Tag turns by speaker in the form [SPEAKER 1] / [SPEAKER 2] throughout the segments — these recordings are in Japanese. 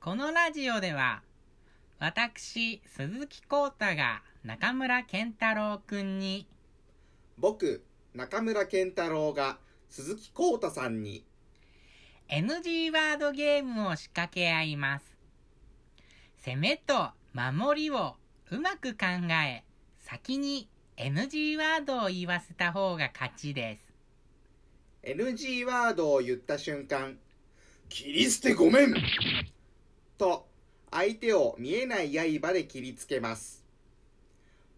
[SPEAKER 1] このラジオでは、私、鈴木光太が中村健太郎くんに、
[SPEAKER 2] 僕、中村健太郎が鈴木浩太さんに
[SPEAKER 1] NG ワードゲームを仕掛け合います。攻めと守りをうまく考え、先に NG ワードを言わせた方が勝ちです。
[SPEAKER 2] NG ワードを言った瞬間、切り捨てごめんと、相手を見えない刃で切りつけます。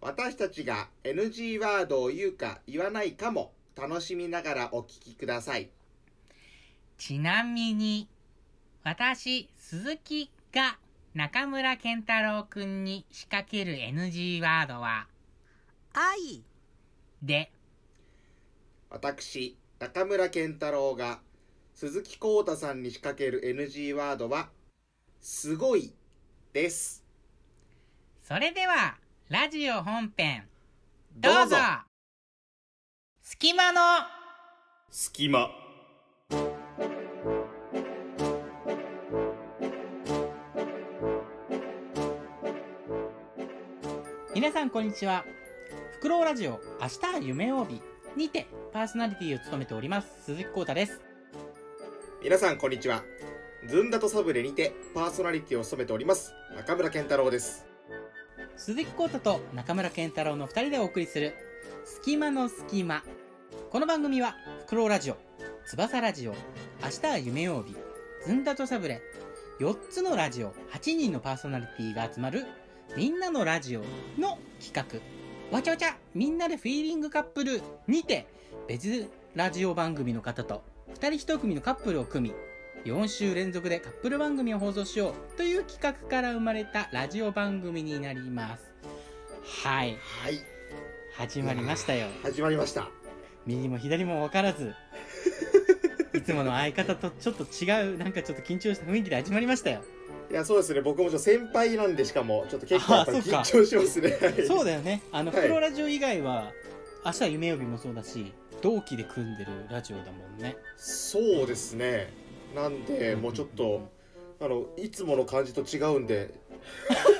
[SPEAKER 2] 私たちが NG ワードを言うか言わないかも楽しみながらお聞きください。
[SPEAKER 1] ちなみに、私、鈴木が中村健太郎くんに仕掛ける NG ワードは、
[SPEAKER 3] 愛、
[SPEAKER 1] で、
[SPEAKER 2] 私、中村健太郎が鈴木浩太さんに仕掛ける NG ワードは、すごいです。
[SPEAKER 1] それでは、ラジオ本編、ど
[SPEAKER 2] ど
[SPEAKER 1] うぞ
[SPEAKER 2] うぞ
[SPEAKER 1] 隙間の
[SPEAKER 2] 隙間
[SPEAKER 1] 皆さんこんにちは。フクロウラジオ、明日は夢曜日にてパーソナリティを務めております、鈴木光太です。
[SPEAKER 2] 皆さんこんにちはずんだとサブレにてパーソナリティを務めております中村健太郎です
[SPEAKER 1] 鈴木光太と中村健太郎の二人でお送りする、隙間の隙間。この番組は、フクロウラジオ、翼ラジオ、明日は夢曜日、ずんだとサブレ、4つのラジオ、8人のパーソナリティが集まる、みんなのラジオの企画、わちゃわちゃみんなでフィーリングカップルにて、別ラジオ番組の方と、2人1組のカップルを組み、4週連続でカップル番組を放送しようという企画から生まれたラジオ番組になります。はい、
[SPEAKER 2] はい
[SPEAKER 1] 始まりましたよ。
[SPEAKER 2] 始まりました
[SPEAKER 1] 右も左も分から ずいつもの相方とちょっと違うなんかちょっと緊張した雰囲気で始まりましたよ
[SPEAKER 2] いやそうですね僕もちょっと先輩なんでしかもちょっと結構やっぱ
[SPEAKER 1] あそうか
[SPEAKER 2] 緊張しますね
[SPEAKER 1] そううだよねあの、
[SPEAKER 2] はい
[SPEAKER 1] プロラジオ以外は明日は夢曜日もそうだし同期で組んでるラジオだもん ね
[SPEAKER 2] そうですねなんでもうちょっとあのいつもの感じと違うんで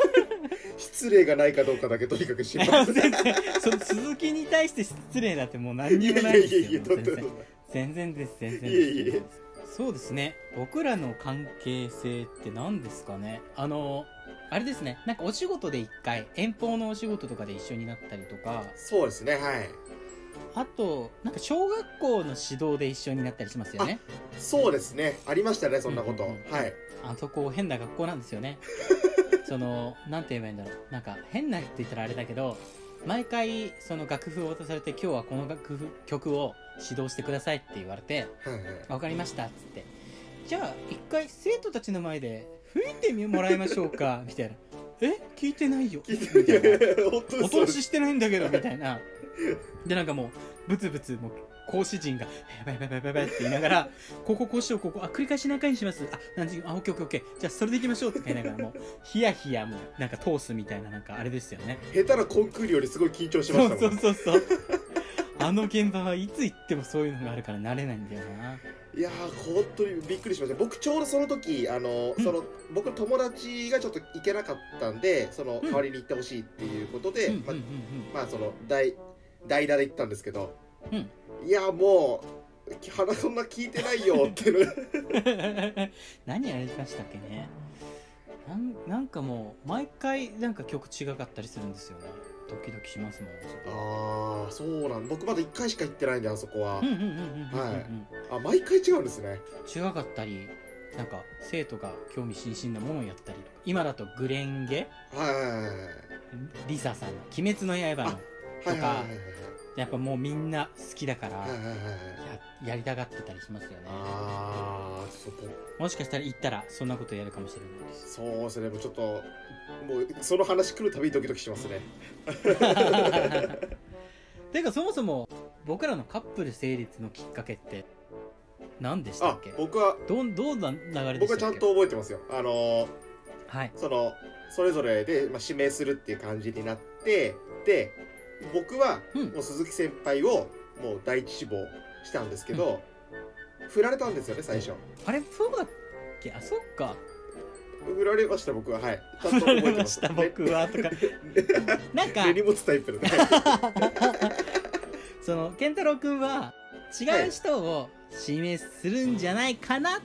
[SPEAKER 2] 失礼がないかどうかだけとにかく心配
[SPEAKER 1] 全然その鈴木に対して失礼だってもう 何
[SPEAKER 2] い
[SPEAKER 1] に
[SPEAKER 2] や
[SPEAKER 1] も
[SPEAKER 2] い
[SPEAKER 1] な
[SPEAKER 2] や
[SPEAKER 1] い
[SPEAKER 2] い
[SPEAKER 1] で
[SPEAKER 2] や
[SPEAKER 1] す
[SPEAKER 2] いや
[SPEAKER 1] よ
[SPEAKER 2] と
[SPEAKER 1] も
[SPEAKER 2] ん
[SPEAKER 1] う
[SPEAKER 2] で
[SPEAKER 1] 全
[SPEAKER 2] もない
[SPEAKER 1] 然全然です全然
[SPEAKER 2] いえい
[SPEAKER 1] で
[SPEAKER 2] え
[SPEAKER 1] すそうですね僕らの関係性って何ですかねあのあれですねなんかお仕事で一回遠方のお仕事とかで一緒になったりとか
[SPEAKER 2] そうですねはい
[SPEAKER 1] あと、なんか小学校の指導で一緒になったりしますよね。
[SPEAKER 2] そうですねありましたねそんなこと
[SPEAKER 1] うんうんうん
[SPEAKER 2] はい
[SPEAKER 1] あそこ変な学校なんですよ ね。その、なんて言えばいいんだろう。なんか変なって言ったらあれだけど、毎回その楽譜を渡されて今日はこの楽譜、曲を指導してくださいって言われて、
[SPEAKER 2] はいはい
[SPEAKER 1] わかりましたっつって。じゃあ一回生徒たちの前で吹いてみもらいましょうか、みたいな。え聞いてないよ。みたいな。
[SPEAKER 2] 本当
[SPEAKER 1] お
[SPEAKER 2] にそ
[SPEAKER 1] 通
[SPEAKER 2] うです
[SPEAKER 1] ししてないんだけど、みたいな。で、なんかもう、ブツブツ、もう、講師陣が、やばいやばいやばいやばいって言いながら、こここうしよう、ここ、あ、繰り返し何回にしますあ、何時、あ、オッケーオッケーオッケー。じゃあ、それで行きましょうって言いながら、もう、ヒヤヒヤもう、なんか通すみたいな、なんかあれですよね。
[SPEAKER 2] 下手なコンクールよりすごい緊張しま
[SPEAKER 1] そ
[SPEAKER 2] したも
[SPEAKER 1] うんそうそうそう。あの現場はいつ行ってもそういうのがあるから慣れないんだよな。
[SPEAKER 2] いやー本当にびっくりしました僕ちょうどその時あの、
[SPEAKER 1] うん
[SPEAKER 2] その僕の友達がちょっと行けなかったんでその
[SPEAKER 1] ん
[SPEAKER 2] 代わりに行ってほしいっていうことで、
[SPEAKER 1] うんうんう
[SPEAKER 2] ま
[SPEAKER 1] ん
[SPEAKER 2] まあその代代打で行ったんですけど、
[SPEAKER 1] うん
[SPEAKER 2] いやーもう鼻そんな聞いてないよっていうの
[SPEAKER 1] う
[SPEAKER 2] が
[SPEAKER 1] ん。何やりましたっけね。なんなんかもう、毎回、なんか曲違かったりするんですよね。ドキドキしますもん、あそこ
[SPEAKER 2] ああそうなん僕まだ1回しか行ってないんであそこは
[SPEAKER 1] うんうんうんうんうんうんうん
[SPEAKER 2] はいあ毎回違うんですね
[SPEAKER 1] 違かったりなんか生徒が興味津々なものをやったりとか今だとグレンゲ
[SPEAKER 2] はいはいはいはい
[SPEAKER 1] リサさんの「鬼滅の刃の」
[SPEAKER 2] はいはい
[SPEAKER 1] やっぱもうみんな好きだから、
[SPEAKER 2] はいはいはいはいはいはい
[SPEAKER 1] ややりたがってたりしますよね
[SPEAKER 2] ああちょっと
[SPEAKER 1] もしかしたら行ったらそんなことやるかもしれないです
[SPEAKER 2] そうですね、もうちょっと、もうその話来るたびドキドキしますね。
[SPEAKER 1] ていうかそもそも僕らのカップル成立のきっかけって何でした
[SPEAKER 2] あ
[SPEAKER 1] っけ、
[SPEAKER 2] 僕は、
[SPEAKER 1] どんどんな流れで
[SPEAKER 2] 僕
[SPEAKER 1] し
[SPEAKER 2] はち
[SPEAKER 1] た
[SPEAKER 2] ゃ
[SPEAKER 1] っ
[SPEAKER 2] ん
[SPEAKER 1] け
[SPEAKER 2] と覚えてますよ。あのー、
[SPEAKER 1] はい
[SPEAKER 2] その、それぞれで、まあ、指名するっていう感じになって、で、僕は、
[SPEAKER 1] うん
[SPEAKER 2] もう鈴木先輩を、もう第一志望したんですけど、振られたんですよね、最初。
[SPEAKER 1] あれそうだっけあそっか
[SPEAKER 2] 振られました僕ははいちゃんと覚えて
[SPEAKER 1] ま
[SPEAKER 2] ま
[SPEAKER 1] し
[SPEAKER 2] す
[SPEAKER 1] た僕はとかなんか
[SPEAKER 2] 根に持つタイプ のね
[SPEAKER 1] その健太郎君は違う人を指名するんじゃないかなっ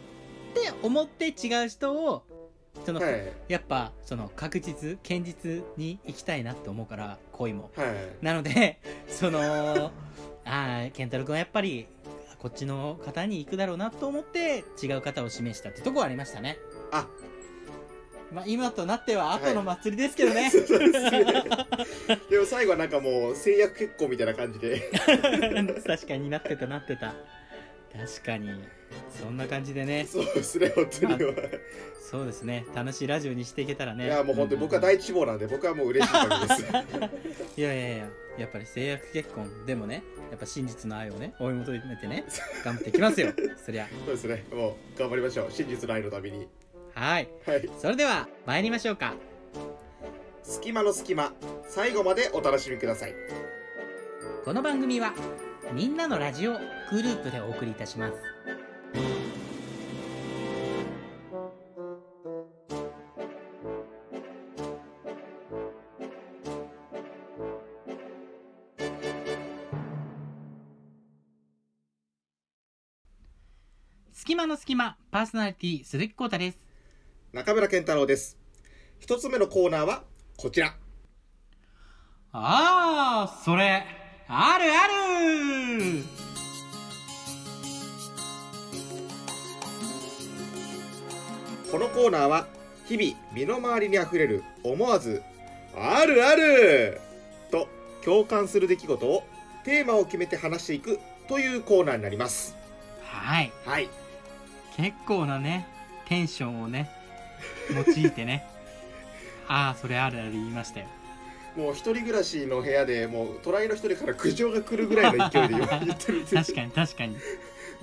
[SPEAKER 1] て思って違う人をその、
[SPEAKER 2] はい
[SPEAKER 1] やっぱその確実堅実に行きたいなって思うから恋も
[SPEAKER 2] はい
[SPEAKER 1] なのでそのああ健太郎君はやっぱりこっちの方に行くだろうなと思って違う方を指名したってとこはありましたね
[SPEAKER 2] あ
[SPEAKER 1] まあ今となっては後の祭りですけどね、
[SPEAKER 2] そうですねでも最後はなんかもう制約結婚みたいな感じ で
[SPEAKER 1] 確かになってたなってた確かにそんな感じでね
[SPEAKER 2] そうですね本当には
[SPEAKER 1] そうですね楽しいラジオにしていけたらね
[SPEAKER 2] いやもう本当に僕は第一志望なんで僕はもう嬉しい限り です
[SPEAKER 1] いやいやいややっぱり制約結婚でもねやっぱ真実の愛をね追い求めて ね頑張っていきますよそりゃ
[SPEAKER 2] そうですねもう頑張りましょう真実の愛のために
[SPEAKER 1] はい
[SPEAKER 2] はい
[SPEAKER 1] それでは参りましょうか
[SPEAKER 2] 隙間の隙間最後までお楽しみください
[SPEAKER 1] この番組はみんなのラジオグループでお送りいたします隙間の隙間パーソナリティ鈴木浩太です
[SPEAKER 2] 中村健太郎です一つ目のコーナーはこちら
[SPEAKER 1] ああそれあるある
[SPEAKER 2] このコーナーは日々身の回りにあふれる思わず「あるある!」と共感する出来事をテーマを決めて話していくというコーナーになります
[SPEAKER 1] はい
[SPEAKER 2] はい
[SPEAKER 1] 結構なねテンションをね用いてね ああそれあるある言いましたよ
[SPEAKER 2] もう一人暮らしの部屋でもう隣の一人から苦情が来るぐらいの勢いで今言ってるんです
[SPEAKER 1] 確かに確かに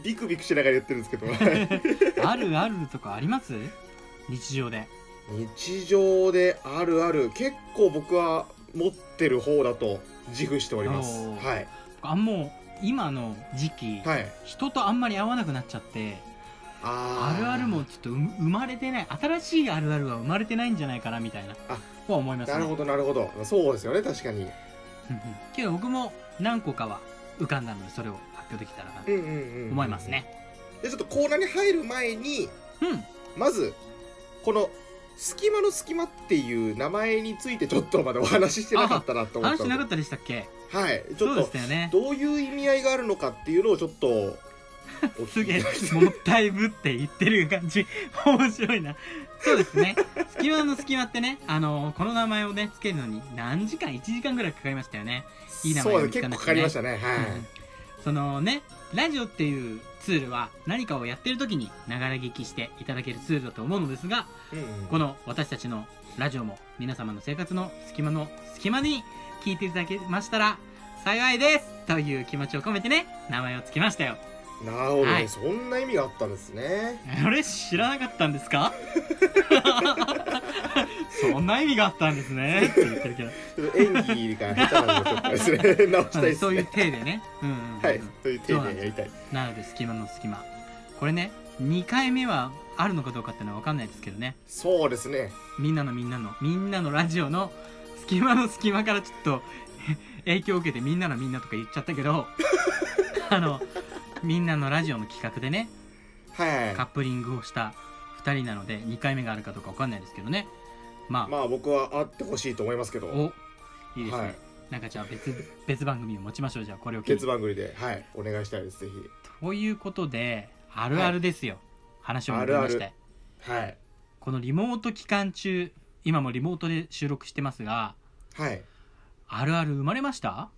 [SPEAKER 2] ビクビクしながら言ってるんですけど はい
[SPEAKER 1] あるあるとかあります日常で
[SPEAKER 2] 日常であるある結構僕は持ってる方だと自負しております
[SPEAKER 1] おー
[SPEAKER 2] はい
[SPEAKER 1] あもう今の時期、
[SPEAKER 2] はい
[SPEAKER 1] 人とあんまり会わなくなっちゃって
[SPEAKER 2] あ
[SPEAKER 1] あ
[SPEAKER 2] ー
[SPEAKER 1] るあるもちょっと生生まれてない新しいあるあるは生まれてないんじゃないかなみたいな
[SPEAKER 2] あ
[SPEAKER 1] は思いますね
[SPEAKER 2] なるほどなるほどそうですよね確か
[SPEAKER 1] う
[SPEAKER 2] に
[SPEAKER 1] んうん けど僕も何個かは浮かんだのでそれを発表できたらなと
[SPEAKER 2] うんうんうんうん
[SPEAKER 1] 思いますね
[SPEAKER 2] でちょっとコーナーに入る前に
[SPEAKER 1] うん
[SPEAKER 2] まずこの「隙間の隙間」っていう名前についてちょっとまだお話ししてなかったなと思っ
[SPEAKER 1] 話し
[SPEAKER 2] た
[SPEAKER 1] てなか
[SPEAKER 2] の
[SPEAKER 1] ったでしたっけ
[SPEAKER 2] ではいち
[SPEAKER 1] そう
[SPEAKER 2] ょっ
[SPEAKER 1] で
[SPEAKER 2] と
[SPEAKER 1] したよね
[SPEAKER 2] どういう意味合いがあるのかっていうのをちょっとお聞き
[SPEAKER 1] すげえ
[SPEAKER 2] いただき、たい
[SPEAKER 1] もったいぶって言ってる感じ、面白いな。そうですね。隙間の隙間ってね、あのこの名前をね、つけるのに何時間、1時間ぐらいかかりましたよね。いい名前
[SPEAKER 2] そ
[SPEAKER 1] が
[SPEAKER 2] うで
[SPEAKER 1] 見つ
[SPEAKER 2] す
[SPEAKER 1] かん
[SPEAKER 2] 結
[SPEAKER 1] なく
[SPEAKER 2] 構か
[SPEAKER 1] て
[SPEAKER 2] か
[SPEAKER 1] ね
[SPEAKER 2] りましたねはい
[SPEAKER 1] そのね、ラジオっていうツールは何かをやってる時に流れ聞きしていただけるツールだと思うのですが、
[SPEAKER 2] うんうん
[SPEAKER 1] この私たちのラジオも皆様の生活の隙間の隙間に聞いていただけましたら幸いですという気持ちを込めてね、名前をつけましたよ。
[SPEAKER 2] なるほどね、
[SPEAKER 1] はい
[SPEAKER 2] そんな意味があったんですね
[SPEAKER 1] あれ知らなかったんです かそんな意味があったんですねって言ってる けど、
[SPEAKER 2] ちょっと演技が下手なのでちょっとですね直したい
[SPEAKER 1] まあ
[SPEAKER 2] で
[SPEAKER 1] そ
[SPEAKER 2] す
[SPEAKER 1] ういう
[SPEAKER 2] ね
[SPEAKER 1] 体でね、うんうんうんうん
[SPEAKER 2] はいという丁寧にやりたい
[SPEAKER 1] なので隙間の隙間これね2回目はあるのかどうかっていうのは分かんないですけどね
[SPEAKER 2] そうですね
[SPEAKER 1] みんなのみんなのみんなのラジオの隙間の隙間からちょっと 影響を受けてみんなのみんなとか言っちゃったけ どあのみんなのラジオの企画でね
[SPEAKER 2] はい
[SPEAKER 1] カップリングをした2人なので2回目があるかどうか分かんないですけどねまあ
[SPEAKER 2] まあ僕はあってほしいと思いますけど
[SPEAKER 1] おいいですね、
[SPEAKER 2] はい
[SPEAKER 1] なんかじゃあ別別番組を持ちましょうじゃあこれを機に
[SPEAKER 2] 別番組ではいお願いしたいですぜ
[SPEAKER 1] ということであるあるですよ、話を戻りまして
[SPEAKER 2] あるひはい
[SPEAKER 1] このリモート期間中今もリモートで収録してますが
[SPEAKER 2] はい
[SPEAKER 1] あるある生まれました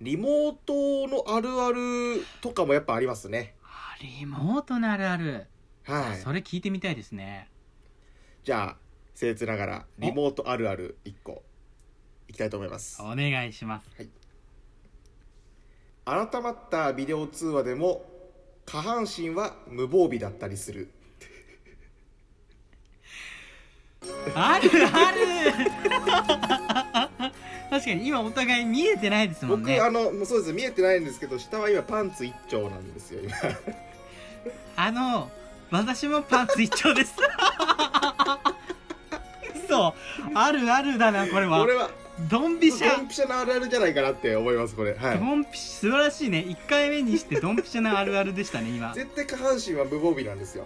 [SPEAKER 2] リモートのあるあるとかもやっぱありますね
[SPEAKER 1] あリモートのあるある、
[SPEAKER 2] は
[SPEAKER 1] そ
[SPEAKER 2] い
[SPEAKER 1] れ聞いてみたいですね
[SPEAKER 2] じゃあ僭越ながらリモートあるある1個いきたいと思います
[SPEAKER 1] お願いし ます
[SPEAKER 2] 改まったビデオ通話でも下半身は無防備だったりする
[SPEAKER 1] あるある 確かに今お互い見えてないですもん
[SPEAKER 2] 僕、
[SPEAKER 1] ね
[SPEAKER 2] あのもうそうです見えてないんですけど下は今パンツ一丁なんで すよ今
[SPEAKER 1] あの私もパンツ一丁ですとあるあるだなこれは
[SPEAKER 2] これは
[SPEAKER 1] ドンピシ
[SPEAKER 2] ド
[SPEAKER 1] ャ
[SPEAKER 2] ンピシャなあるあるじゃないかなって思いますこれはい
[SPEAKER 1] ドンピシャ素晴らしいね1回目にしてドンピシャなあるあるでしたね今
[SPEAKER 2] 絶対下半身は無防備なんですよ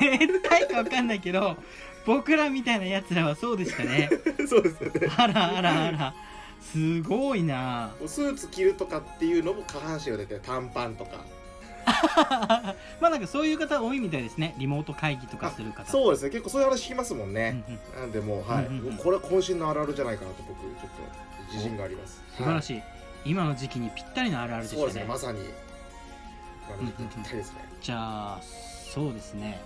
[SPEAKER 1] 絶対か分かんないけど僕らみたいなやつらは そうでしたね
[SPEAKER 2] そうですよ ね
[SPEAKER 1] あらあらあらすごいな
[SPEAKER 2] スーツ着るとかっていうのも下半身は出て短パンとか
[SPEAKER 1] まあなんかそういう方多いみたいですねリモート会議とかする方う、
[SPEAKER 2] そうですね結構そういう話聞きますもん
[SPEAKER 1] んう
[SPEAKER 2] ね、
[SPEAKER 1] ん、
[SPEAKER 2] なんでもうはい、
[SPEAKER 1] うんうんうん
[SPEAKER 2] これは渾身のあるあるじゃないかなと僕ちょっと自信があります
[SPEAKER 1] 素晴ら
[SPEAKER 2] い、
[SPEAKER 1] しい、今の時期にぴったりのあるあるでした
[SPEAKER 2] そうですね
[SPEAKER 1] ね
[SPEAKER 2] まさに今の時期にぴったりですね、
[SPEAKER 1] じゃあそうですね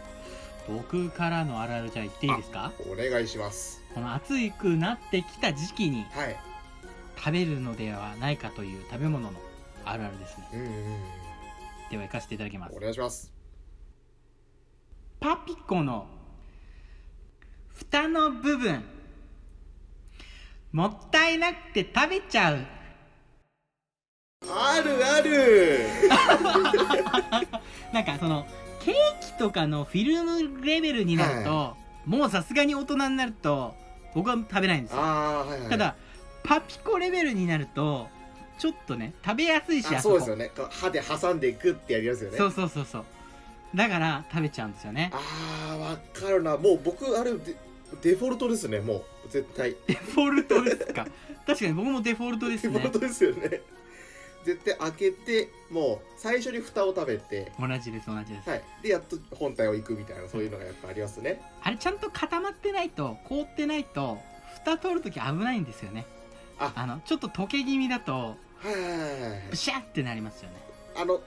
[SPEAKER 1] 僕からのあるあるじゃあ言っていいですか
[SPEAKER 2] お願いします
[SPEAKER 1] この暑くなってきた時期に
[SPEAKER 2] はい
[SPEAKER 1] 食べるのではないかという食べ物のあるあるですね
[SPEAKER 2] うんうんうん
[SPEAKER 1] では行かせていただきます
[SPEAKER 2] お願いします
[SPEAKER 1] パピコの蓋の部分もったいなくて食べちゃう
[SPEAKER 2] あるある
[SPEAKER 1] なんかそのケーキとかのフィルムレベルになると、もうさすがに大人になると僕は食べないんですよ
[SPEAKER 2] あーはいはい
[SPEAKER 1] ただパピコレベルになるとちょっとね食べやすいし
[SPEAKER 2] あ
[SPEAKER 1] あ
[SPEAKER 2] そう
[SPEAKER 1] こ
[SPEAKER 2] ですよねこう歯で挟んでいくってやりますよね
[SPEAKER 1] そうそうそうそうだから食べちゃうんですよね
[SPEAKER 2] あーわかるなもう僕あれデデフォルトですねもう絶対
[SPEAKER 1] デフォルトです か確かに僕もデフォルトです
[SPEAKER 2] デフォ
[SPEAKER 1] ね
[SPEAKER 2] ルトですよね絶対開けてもう最初に蓋を食べて
[SPEAKER 1] 同じです同じです
[SPEAKER 2] はいでやっと本体を行くみたいなそういうのがやっぱありますね
[SPEAKER 1] あれちゃんと固まってないと凍ってないと蓋取るとき危ないんですよね
[SPEAKER 2] あ
[SPEAKER 1] あのちょっと溶け気味だと
[SPEAKER 2] はいはいはいはい
[SPEAKER 1] ブシャってなりますよね
[SPEAKER 2] あの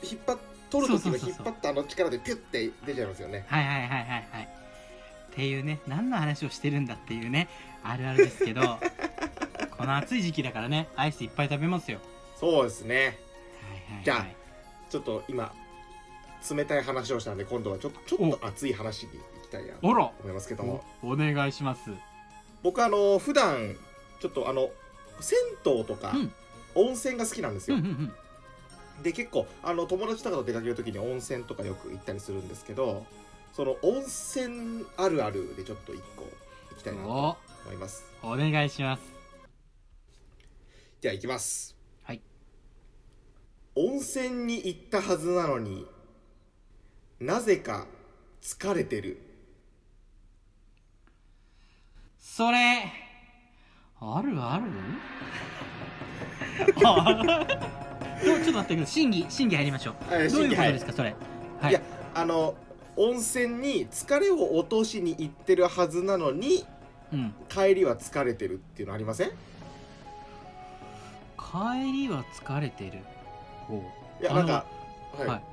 [SPEAKER 2] ひ引っ張っ取る時
[SPEAKER 1] そう
[SPEAKER 2] の
[SPEAKER 1] そうそうそう
[SPEAKER 2] 引っ張ったあの力でピュッて出ちゃいますよね
[SPEAKER 1] はいはいはいはいはいっていうね何の話をしてるんだっていうねあるあるですけ どこの暑い時期だからねアイスいっぱい食べますよ
[SPEAKER 2] そうですね
[SPEAKER 1] はいはい、はい、
[SPEAKER 2] じゃあちょっと今冷たい話をしたんで今度はちょっとちょっと熱い話に行きたいなと
[SPEAKER 1] おろ
[SPEAKER 2] 思いますけども
[SPEAKER 1] おお願いします
[SPEAKER 2] 僕あの普段ちょっとあの銭湯とか
[SPEAKER 1] うん
[SPEAKER 2] 温泉が好きなんです
[SPEAKER 1] うん
[SPEAKER 2] よ、
[SPEAKER 1] うんうん
[SPEAKER 2] で結構あの友達とかと出かける時に温泉とかよく行ったりするんですけどその温泉あるあるでちょっと一個行きたいなと
[SPEAKER 1] お
[SPEAKER 2] 思います
[SPEAKER 1] お願いします
[SPEAKER 2] じゃあ行きます
[SPEAKER 1] はい
[SPEAKER 2] 温泉に行ったはずなのになぜか疲れてる
[SPEAKER 1] それあるあ るあちょっと待ってください審議審議入りましょう
[SPEAKER 2] はい
[SPEAKER 1] どういう
[SPEAKER 2] 審議
[SPEAKER 1] こと
[SPEAKER 2] 入る
[SPEAKER 1] ですかそれはい
[SPEAKER 2] いやあの温泉に疲れを落としに行ってるはずなのに
[SPEAKER 1] うん、
[SPEAKER 2] 帰りは疲れてるっていうのありません
[SPEAKER 1] 帰りは疲れてるほう
[SPEAKER 2] いや
[SPEAKER 1] あ
[SPEAKER 2] な
[SPEAKER 1] の
[SPEAKER 2] んかはい、
[SPEAKER 1] はい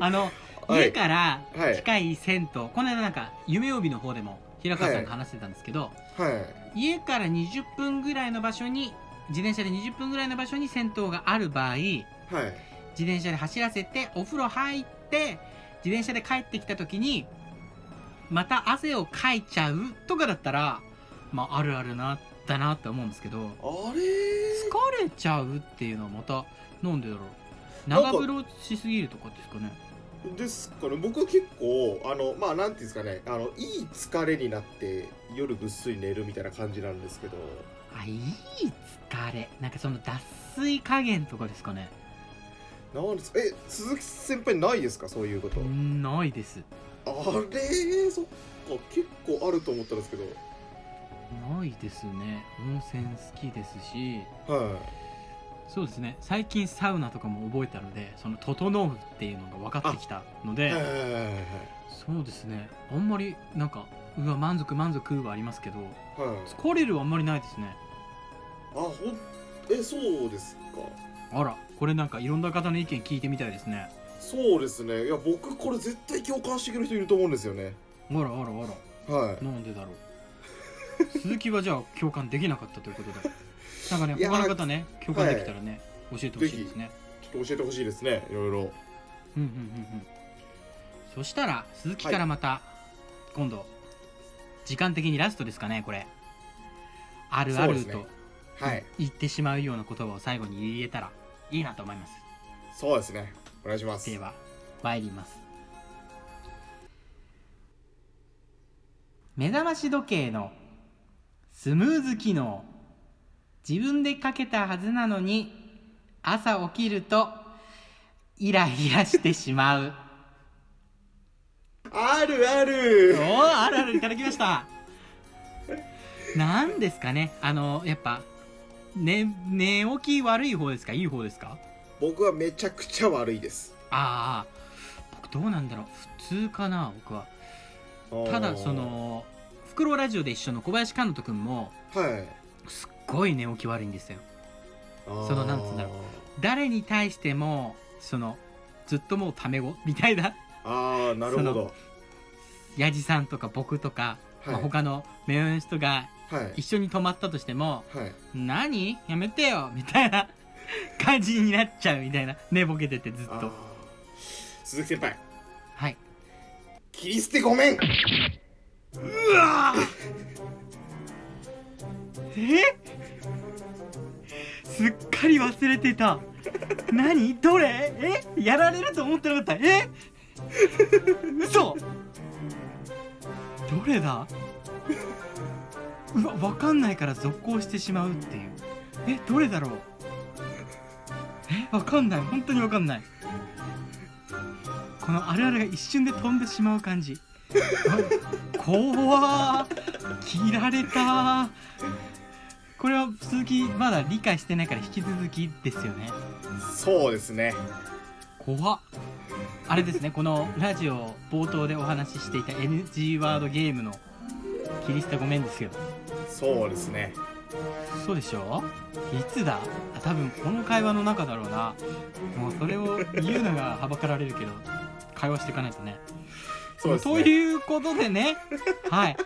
[SPEAKER 2] あ
[SPEAKER 1] あの、
[SPEAKER 2] はい
[SPEAKER 1] 家から
[SPEAKER 2] はい
[SPEAKER 1] 近い銭湯、この間なんか夢帯の方でも平川さんが
[SPEAKER 2] は
[SPEAKER 1] 話してたんですけど、
[SPEAKER 2] れ はい
[SPEAKER 1] 家から20分ぐらいの場所に自転車で20分ぐらいの場所に銭湯がある場合自
[SPEAKER 2] はい
[SPEAKER 1] 転車で走らせてお風呂入って自転車で帰ってきた時にまた汗をかいちゃうとかだったら、まあ、あるあるなだなって思うんですけど
[SPEAKER 2] あ
[SPEAKER 1] 疲
[SPEAKER 2] れ
[SPEAKER 1] れちゃうっていうのはまたなんでだろう
[SPEAKER 2] なんか
[SPEAKER 1] 長風呂しすぎるとかですかね
[SPEAKER 2] ですから僕は結構あのまあなんていうんですかねあのいい疲れになって夜ぐっすり寝るみたいな感じなんですけど
[SPEAKER 1] あいい疲れなんかその脱水加減とかですかね
[SPEAKER 2] なんですかえ鈴木先輩ないですかそういうこと、
[SPEAKER 1] ないです
[SPEAKER 2] あれそっか結構あると思ったんですけど
[SPEAKER 1] ないですね温泉好きですし
[SPEAKER 2] は
[SPEAKER 1] そうですね最近サウナとかも覚えたのでその「整う」っていうのが分かってきたの
[SPEAKER 2] い、はいはい
[SPEAKER 1] で
[SPEAKER 2] はいはい
[SPEAKER 1] そうですねあんまりなんかうわ満足満足はありますけど
[SPEAKER 2] はい
[SPEAKER 1] 疲れるはあんまりないですね
[SPEAKER 2] あほんえそうですか
[SPEAKER 1] あらこれなんかいろんな方の意見聞いてみたいですね
[SPEAKER 2] そうですねいや僕これ絶対共感してくれる人いると思うんですよね
[SPEAKER 1] あらあらあら
[SPEAKER 2] はい
[SPEAKER 1] なんでだろ う鈴木はじゃあ共感できなかったということでなんかね
[SPEAKER 2] いや
[SPEAKER 1] 他の方ね共感できたらね、教えてほしいですね
[SPEAKER 2] ちょっと教えてほしいですねいろいろ
[SPEAKER 1] うんうんうんうんそしたら鈴木からまた、今度時間的にラストですかねこれあるある
[SPEAKER 2] そうです
[SPEAKER 1] と
[SPEAKER 2] ねはい
[SPEAKER 1] 言ってしまうような言葉を最後に言えたらいいなと思います
[SPEAKER 2] そうですねお願いします
[SPEAKER 1] では参ります目覚まし時計のスムーズ機能自分でかけたはずなのに朝起きるとイライラしてしまう
[SPEAKER 2] あるあ
[SPEAKER 1] お
[SPEAKER 2] る
[SPEAKER 1] ーあるあるいただきましたなんですかねあのやっぱ寝寝起き悪い方ですかいい方ですか
[SPEAKER 2] 僕はめちゃくちゃ悪いです
[SPEAKER 1] ああ僕どうなんだろう普通かな僕はただそのフクロウラジオで一緒の小林監督くんも
[SPEAKER 2] はい
[SPEAKER 1] すっごい寝起き悪いんですよそのなんつうんだろう誰に対してもそのずっともうタメ語みたいな
[SPEAKER 2] ああなるほど
[SPEAKER 1] やじさんとか僕とか、
[SPEAKER 2] はい
[SPEAKER 1] まあ、他の目上の人が
[SPEAKER 2] はい
[SPEAKER 1] 一緒に泊まったとしても
[SPEAKER 2] はい
[SPEAKER 1] 「何やめてよ」みたいな感じになっちゃうみたいな寝ぼけててずっ
[SPEAKER 2] あ
[SPEAKER 1] と
[SPEAKER 2] ー鈴木先輩
[SPEAKER 1] はい
[SPEAKER 2] 切り捨てごめん
[SPEAKER 1] うわえ すっかり忘れてた 何どれえやられると思ってなかったえ 嘘どれだ うわわかんないから続行してしまうっていうえどれだろうえわかんない本当にわかんないこのあるあるが一瞬で飛んでしまう感じ 怖ー切られたーこれは鈴木まだ理解してないから引き続きですよね
[SPEAKER 2] そうですね
[SPEAKER 1] 怖っあれですねこのラジオ冒頭でお話ししていた NG ワードゲームの切り捨てごめんですけど
[SPEAKER 2] そうですね
[SPEAKER 1] そうでしょいつだあ多分この会話の中だろうなもうそれを言うのがはばかられるけど会話していかないとね
[SPEAKER 2] そうですね
[SPEAKER 1] ということでね、はい、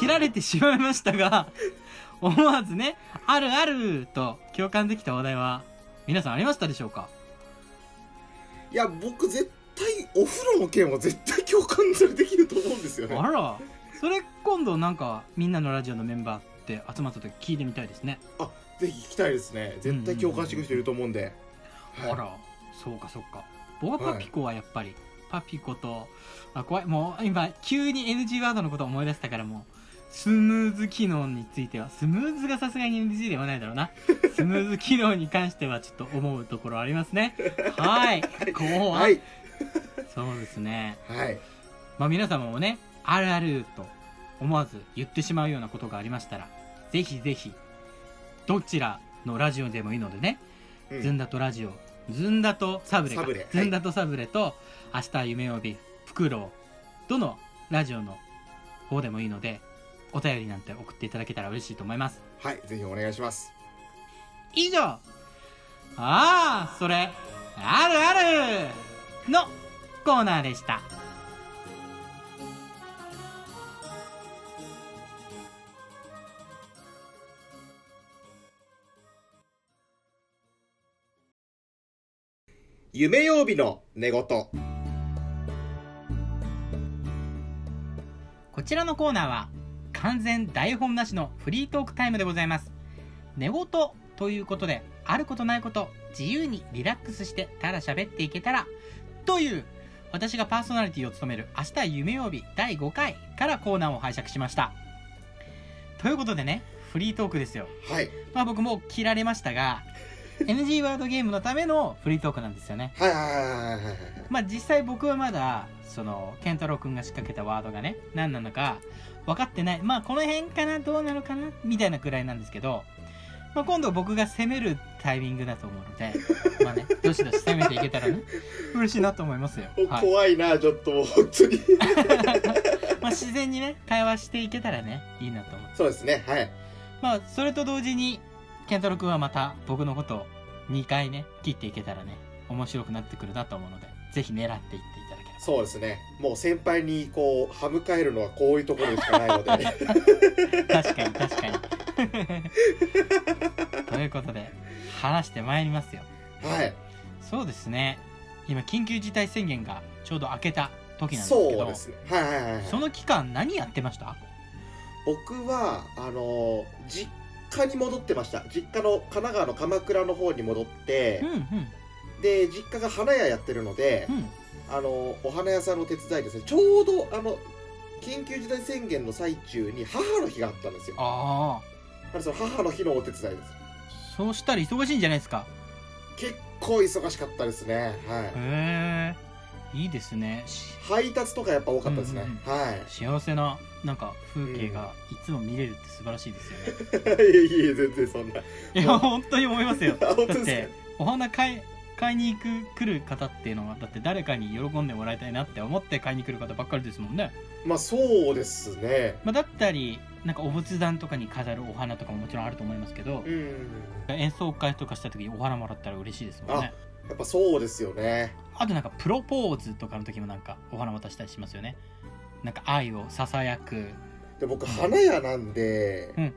[SPEAKER 1] 切られてしまいましたが、思わずね、あるあると共感できた話題は、皆さんありましたでしょうか
[SPEAKER 2] いや僕絶対お風呂の件は絶対共感それできると思うんですよね
[SPEAKER 1] あら、それ今度なんか、みんなのラジオのメンバーって集まった時聞いてみたいですね。
[SPEAKER 2] ぜひ聞きたいですね絶対共感してくる人いると思うんで、
[SPEAKER 1] あ
[SPEAKER 2] はい
[SPEAKER 1] ら、そうかそうか。僕はパピコはやっぱり、パピコと、あ、怖い、もう今、急に NG ワードのこと思い出したからもう、スムーズ機能については、スムーズがさすがに NG ではないだろうな。 スムーズ機能に関してはちょっと思うところありますね。はい。怖。
[SPEAKER 2] はいい
[SPEAKER 1] そうですね。
[SPEAKER 2] はい
[SPEAKER 1] まあ皆様もね、あるあると思わず言ってしまうようなことがありましたら、ぜひぜひ、どちらのラジオでもいいのでね、
[SPEAKER 2] うん
[SPEAKER 1] ずんだとラジオ、ずんだとサブレか
[SPEAKER 2] サブレはい
[SPEAKER 1] ずんだとサブレと、明日は夢曜日、フクロウ、どのラジオの方でもいいので、お便りなんて送っていただけたら嬉しいと思います。
[SPEAKER 2] はいぜひお願いします
[SPEAKER 1] 以上、ああ、それ、あるあるのコーナーでした。
[SPEAKER 2] 夢曜日の寝言
[SPEAKER 1] こちらのコーナーは完全台本なしのフリートークタイムでございます。寝言ということで、あることないこと、自由にリラックスしてただ喋っていけたら、という、私がパーソナリティを務める明日は夢曜日第5回からコーナーを拝借しました。ということでね、フリートークですよ。
[SPEAKER 2] はい
[SPEAKER 1] まあ僕もう切られましたが、NG ワードゲームのためのフリートークなんですよね。
[SPEAKER 2] はいはいはいはいはいはい
[SPEAKER 1] まあ実際僕はまだその健太郎くんが仕掛けたワードがね何なのか分かってないまあこの辺かなどうなのかなみたいなくらいなんですけど、まあ、今度僕が攻めるタイミングだと思うのでまあねどしどし攻めていけたらね嬉しいなと思いますよ、
[SPEAKER 2] お
[SPEAKER 1] はい
[SPEAKER 2] 怖いなちょっともう本当に
[SPEAKER 1] まあ、自然にね会話していけたらねいいなと思う
[SPEAKER 2] そうですねはい
[SPEAKER 1] まあそれと同時に健太郎くんはまた僕のことを2回ね切っていけたらね面白くなってくるなと思うのでぜひ狙っていっていただければ
[SPEAKER 2] そうですねもう先輩にこう歯向かえるのはこういうところしかない ので
[SPEAKER 1] 確かに確かにということで話してまいりますよ
[SPEAKER 2] はい
[SPEAKER 1] そうですね今緊急事態宣言がちょうど明けた時なんですけ
[SPEAKER 2] そう
[SPEAKER 1] ど
[SPEAKER 2] ですねはいはいはいはい
[SPEAKER 1] その期間何やってました
[SPEAKER 2] 僕はあの実家に戻ってました実家の神奈川の鎌倉の方に戻って、
[SPEAKER 1] うんうん
[SPEAKER 2] で実家が花屋やってるので、
[SPEAKER 1] うん
[SPEAKER 2] あのお花屋さんの手伝いですねちょうどあの緊急事態宣言の最中に母の日があったんですよだ
[SPEAKER 1] あ
[SPEAKER 2] からその母の日のお手伝いです
[SPEAKER 1] あそうしたら忙しいんじゃないですか
[SPEAKER 2] 結構忙しかったですねはい
[SPEAKER 1] へえいいですねし
[SPEAKER 2] 配達とかやっぱ多かったですね、
[SPEAKER 1] うんうん
[SPEAKER 2] はい
[SPEAKER 1] 幸せななんか風景がいつも見れるって素晴らしいですよね、
[SPEAKER 2] いやいや全然そんな
[SPEAKER 1] いや本当に思いますよ
[SPEAKER 2] あ本
[SPEAKER 1] だっ
[SPEAKER 2] 当で
[SPEAKER 1] てお花買い買いに行く来る方っていうのはだって誰かに喜んでもらいたいなって思って買いに来る方ばっかりですもんね、
[SPEAKER 2] まあそうですね
[SPEAKER 1] まあ、だったりなんかお仏壇とかに飾るお花とかももちろんあると思いますけど
[SPEAKER 2] う、ん
[SPEAKER 1] 演奏会とかした時にお花もらったら嬉しいですもんね
[SPEAKER 2] やっぱそうですよね
[SPEAKER 1] あとなんかプロポーズとかの時もなんかお花渡したりしますよねなんか愛をささやく
[SPEAKER 2] で僕花屋なんで、
[SPEAKER 1] うん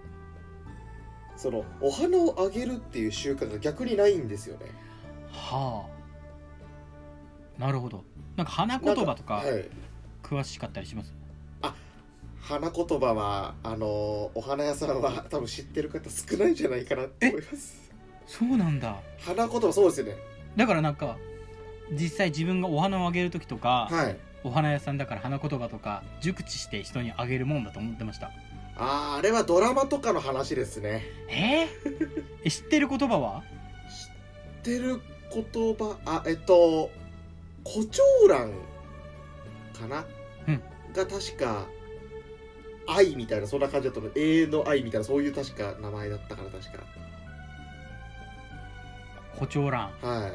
[SPEAKER 2] そのお花をあげるっていう習慣が逆にないんですよね
[SPEAKER 1] はあなるほどなんか花言葉とか
[SPEAKER 2] はい、
[SPEAKER 1] 詳しかったりします
[SPEAKER 2] 花言葉はあのお花屋さんは多分知ってる方少ないんじゃないかなって思います
[SPEAKER 1] そうなんだ
[SPEAKER 2] 花言葉そうですよね
[SPEAKER 1] だからなんか実際自分がお花をあげる時とか、
[SPEAKER 2] はい
[SPEAKER 1] お花屋さんだから花言葉とか熟知して人にあげるもんだと思ってました
[SPEAKER 2] あーあれはドラマとかの話ですね
[SPEAKER 1] えー、え知ってる言葉は
[SPEAKER 2] 知ってる言葉あえっと胡蝶蘭かな、
[SPEAKER 1] うん
[SPEAKER 2] が確か愛みたいなそんな感じだったの永遠の愛みたいなそういう確か名前だったから確
[SPEAKER 1] 胡蝶蘭
[SPEAKER 2] かはい
[SPEAKER 1] へ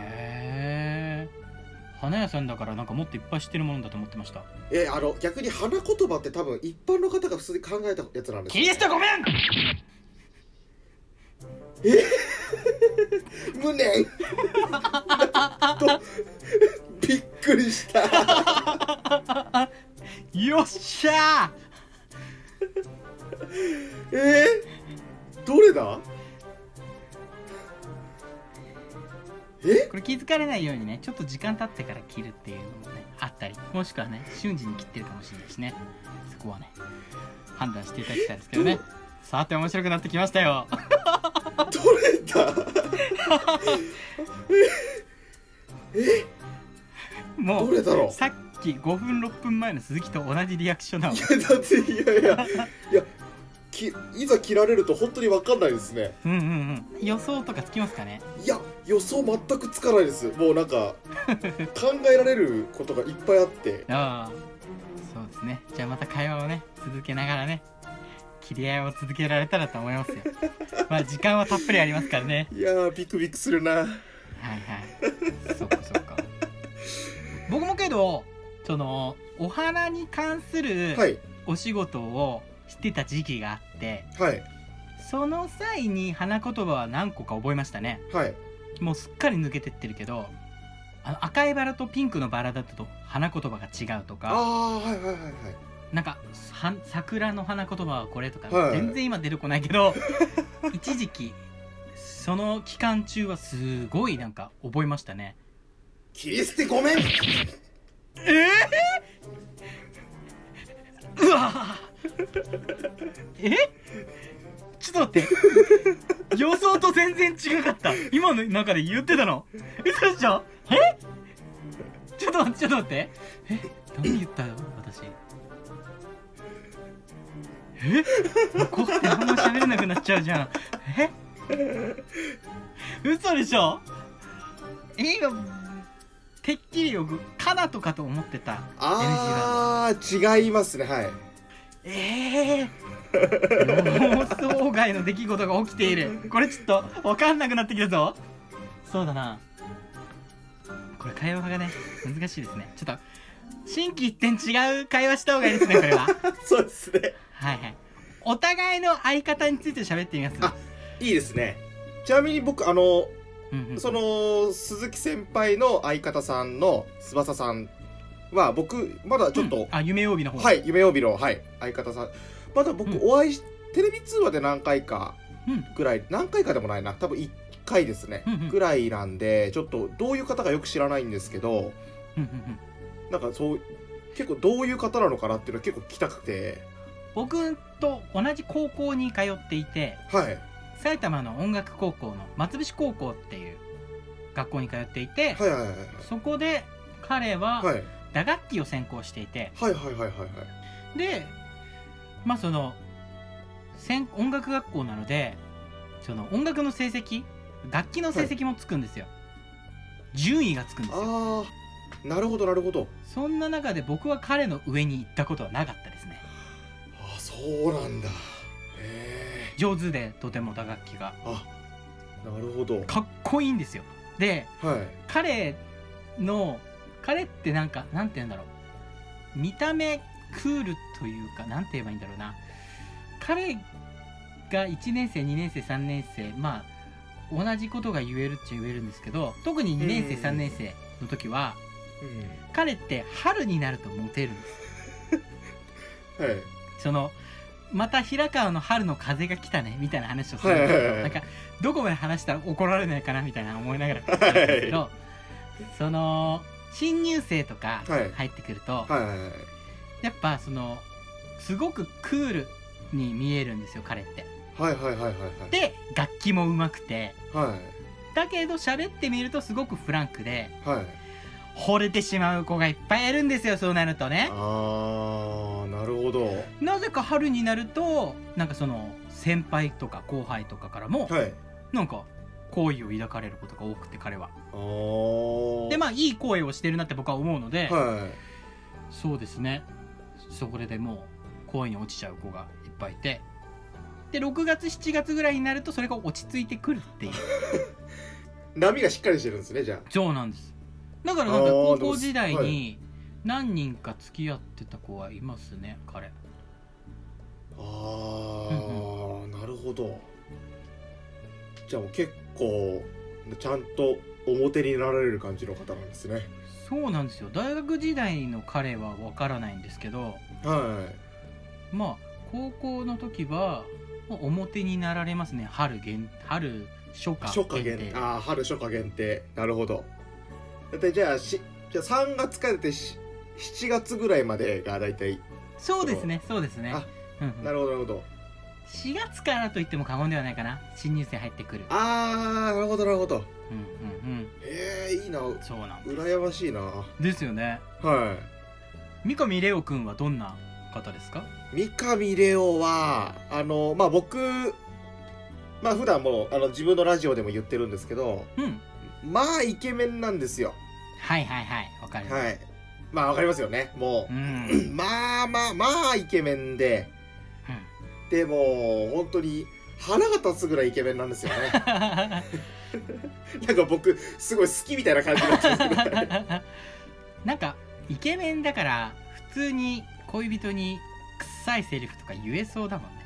[SPEAKER 1] え花屋さんだからなんかもっといっぱい知ってるものだと思ってました
[SPEAKER 2] えあの逆に花言葉って多分一般の方が普通に考えたやつなんです
[SPEAKER 1] キリストごめん
[SPEAKER 2] 無念とびっくりした
[SPEAKER 1] よっしゃ
[SPEAKER 2] えー、どれだ
[SPEAKER 1] ーこれ気づかれないようにねちょっと時間経ってから切るっていうのもねあったりもしくはね瞬時に切ってるかもしれないしねそこはね判断していただきたいですけどねさて面白くなってきましたよ
[SPEAKER 2] どれだ
[SPEAKER 1] も
[SPEAKER 2] どれだろう
[SPEAKER 1] さっき5分6分前の鈴木と同じリアクションなの
[SPEAKER 2] いやだっていやいやいやきいざ切られると本当に分かんないですね
[SPEAKER 1] うんうんうん予想とかつきますかね
[SPEAKER 2] いや予想全くつかないですもうなん か考えられることがいっぱいあって
[SPEAKER 1] ああそうですねじゃあまた会話をね続けながらね切り合いを続けられたらと思いますよ まあ時間はたっぷりありますからね
[SPEAKER 2] いやービクビクするな
[SPEAKER 1] はいはいそっかそっか僕もけどそのお花に関する
[SPEAKER 2] はい
[SPEAKER 1] お仕事をしてた時期があって、
[SPEAKER 2] はい
[SPEAKER 1] その際に花言葉は何個か覚えましたね
[SPEAKER 2] はい
[SPEAKER 1] もうすっかり抜けてってるけどあの赤いバラとピンクのバラだと花言葉が違うとか
[SPEAKER 2] ああーはいはいはいはい
[SPEAKER 1] なんかは桜の花言葉はこれとか、
[SPEAKER 2] はい
[SPEAKER 1] 全然今出てこないけど 一時期その期間中はすごいなんか覚えましたね
[SPEAKER 2] 切り捨てごめん
[SPEAKER 1] ええうわえちょっと待って予想と全然違かった今の中で言ってたの嘘でしょえちょっと待ってちょっと待ってえ何言ったよ私え怒って何も喋れなくなっちゃうじゃんえ嘘でしょえ今てっきりよくかなとかと思ってた NG が
[SPEAKER 2] ああ違いますねはい
[SPEAKER 1] ええー、妄想外の出来事が起きているこれちょっと分かんなくなってきたぞそうだなこれ会話がね難しいですねちょっと心機一転違う会話した方がいいですねこれ は
[SPEAKER 2] そうですね
[SPEAKER 1] はいはいお互いの相方について喋ってみます
[SPEAKER 2] あいいですねちなみに僕あの
[SPEAKER 1] うんうん
[SPEAKER 2] その鈴木先輩の相方さんの翼さんは僕まだちょっと、
[SPEAKER 1] うんあ夢曜日の方
[SPEAKER 2] はい夢曜日の、はい、相方さんまだ僕
[SPEAKER 1] うん
[SPEAKER 2] お会いし、テレビ通話で何回か
[SPEAKER 1] うん
[SPEAKER 2] ぐらい何回かでもないな多分1回ですね、
[SPEAKER 1] うんうん
[SPEAKER 2] ぐらいなんでちょっとどういう方かよく知らないんですけど
[SPEAKER 1] うんうんうん
[SPEAKER 2] なんかそう結構どういう方なのかなっていうのは結構聞きたくて
[SPEAKER 1] 僕と同じ高校に通っていて
[SPEAKER 2] はい
[SPEAKER 1] 埼玉の音楽高校の松伏高校っていう学校に通っていて、
[SPEAKER 2] はいはいはい
[SPEAKER 1] そこで彼は
[SPEAKER 2] はいはい
[SPEAKER 1] 打楽器を専攻していて
[SPEAKER 2] はいはいはいはいはい
[SPEAKER 1] でまあその専音楽学校なのでその音楽の成績楽器の成績もつくんですよ、順位がつくんですよ
[SPEAKER 2] ああなるほどなるほど
[SPEAKER 1] そんな中で僕は彼の上に行ったことはなかったですね
[SPEAKER 2] ああそうなんだへえ
[SPEAKER 1] 上手でとても打楽器が
[SPEAKER 2] あなるほど
[SPEAKER 1] かっこいいんですよで
[SPEAKER 2] はい
[SPEAKER 1] 彼の彼ってなんかなんて言うんだろう見た目クールというかなんて言えばいいんだろうな彼が1年生2年生3年生まあ同じことが言えるっちゃ言えるんですけど特に2年生
[SPEAKER 2] うん
[SPEAKER 1] 3年生の時は
[SPEAKER 2] うん
[SPEAKER 1] 彼って春になるとモテるんです
[SPEAKER 2] はい
[SPEAKER 1] そのまた平川の春の風が来たねみたいな話をするんで
[SPEAKER 2] はい
[SPEAKER 1] す
[SPEAKER 2] は
[SPEAKER 1] よ
[SPEAKER 2] いはい
[SPEAKER 1] なんかどこまで話したら怒られないかなみたいな思いながら聞いてたんですけど、その新入生とか
[SPEAKER 2] はい
[SPEAKER 1] 入ってくると、
[SPEAKER 2] はいはいはい
[SPEAKER 1] やっぱそのすごくクールに見えるんですよ彼って。
[SPEAKER 2] はいはいはいはい
[SPEAKER 1] で楽器も上手くて
[SPEAKER 2] はい
[SPEAKER 1] だけど喋ってみるとすごくフランクで
[SPEAKER 2] はい
[SPEAKER 1] 惚れてしまう子がいっぱいいるんですよそうなるとね。
[SPEAKER 2] ああなるほどは
[SPEAKER 1] なぜか春になるとなんかその先輩とか後輩とかからも
[SPEAKER 2] い
[SPEAKER 1] なんか好意を抱かれることが多くて彼は。
[SPEAKER 2] ああ
[SPEAKER 1] でまあいい声をしてるなって僕は思うので、
[SPEAKER 2] はい
[SPEAKER 1] そうですねそこでもう恋に落ちちゃう子がいっぱいいてで6月7月ぐらいになるとそれが落ち着いてくる っていう
[SPEAKER 2] 波がしっかりしてるんですねじゃ
[SPEAKER 1] そうなんですだからなんか
[SPEAKER 2] あー
[SPEAKER 1] 高
[SPEAKER 2] でも
[SPEAKER 1] 校時代
[SPEAKER 2] は
[SPEAKER 1] に何人か付き合ってた子はいますね彼
[SPEAKER 2] ああーなるほどじゃあもう結構ちゃんと表になられる感じの方なんですね
[SPEAKER 1] そうなんですよ大学時代の彼はわからないんですけど
[SPEAKER 2] は
[SPEAKER 1] まあ高校の時はまあ表になられますね春限春初
[SPEAKER 2] い
[SPEAKER 1] 夏
[SPEAKER 2] 初夏
[SPEAKER 1] 限
[SPEAKER 2] 限
[SPEAKER 1] 定
[SPEAKER 2] 定ああ春初夏限定なるほどだってじゃあしじゃあ3月からってし7月ぐらいまでが大体
[SPEAKER 1] そうですねそうですね
[SPEAKER 2] あ
[SPEAKER 1] うんうん
[SPEAKER 2] なるほどなるほど
[SPEAKER 1] 4月からと言っても過言ではないかな新入生入ってくる
[SPEAKER 2] ああなるほどなるほど
[SPEAKER 1] うんうんうん
[SPEAKER 2] ええいいな
[SPEAKER 1] そうなんです
[SPEAKER 2] 羨ましいな
[SPEAKER 1] ですよね
[SPEAKER 2] はい
[SPEAKER 1] 三上レオくんはどんな方ですか
[SPEAKER 2] 三上レオはあのまあ僕まあ普段もあの自分のラジオでも言ってるんですけど
[SPEAKER 1] うん
[SPEAKER 2] まあイケメンなんですよ
[SPEAKER 1] はいはいはいわかる、
[SPEAKER 2] はいまあわかりますよねも
[SPEAKER 1] う
[SPEAKER 2] う、
[SPEAKER 1] ん、 うん、
[SPEAKER 2] まあまあまあイケメンででも本当に腹が立つぐらいイケメンなんですよ ねなんか僕すごい好きみたいな感じになってますけど
[SPEAKER 1] なんかイケメンだから普通に恋人に臭いセリフとか言えそうだもんね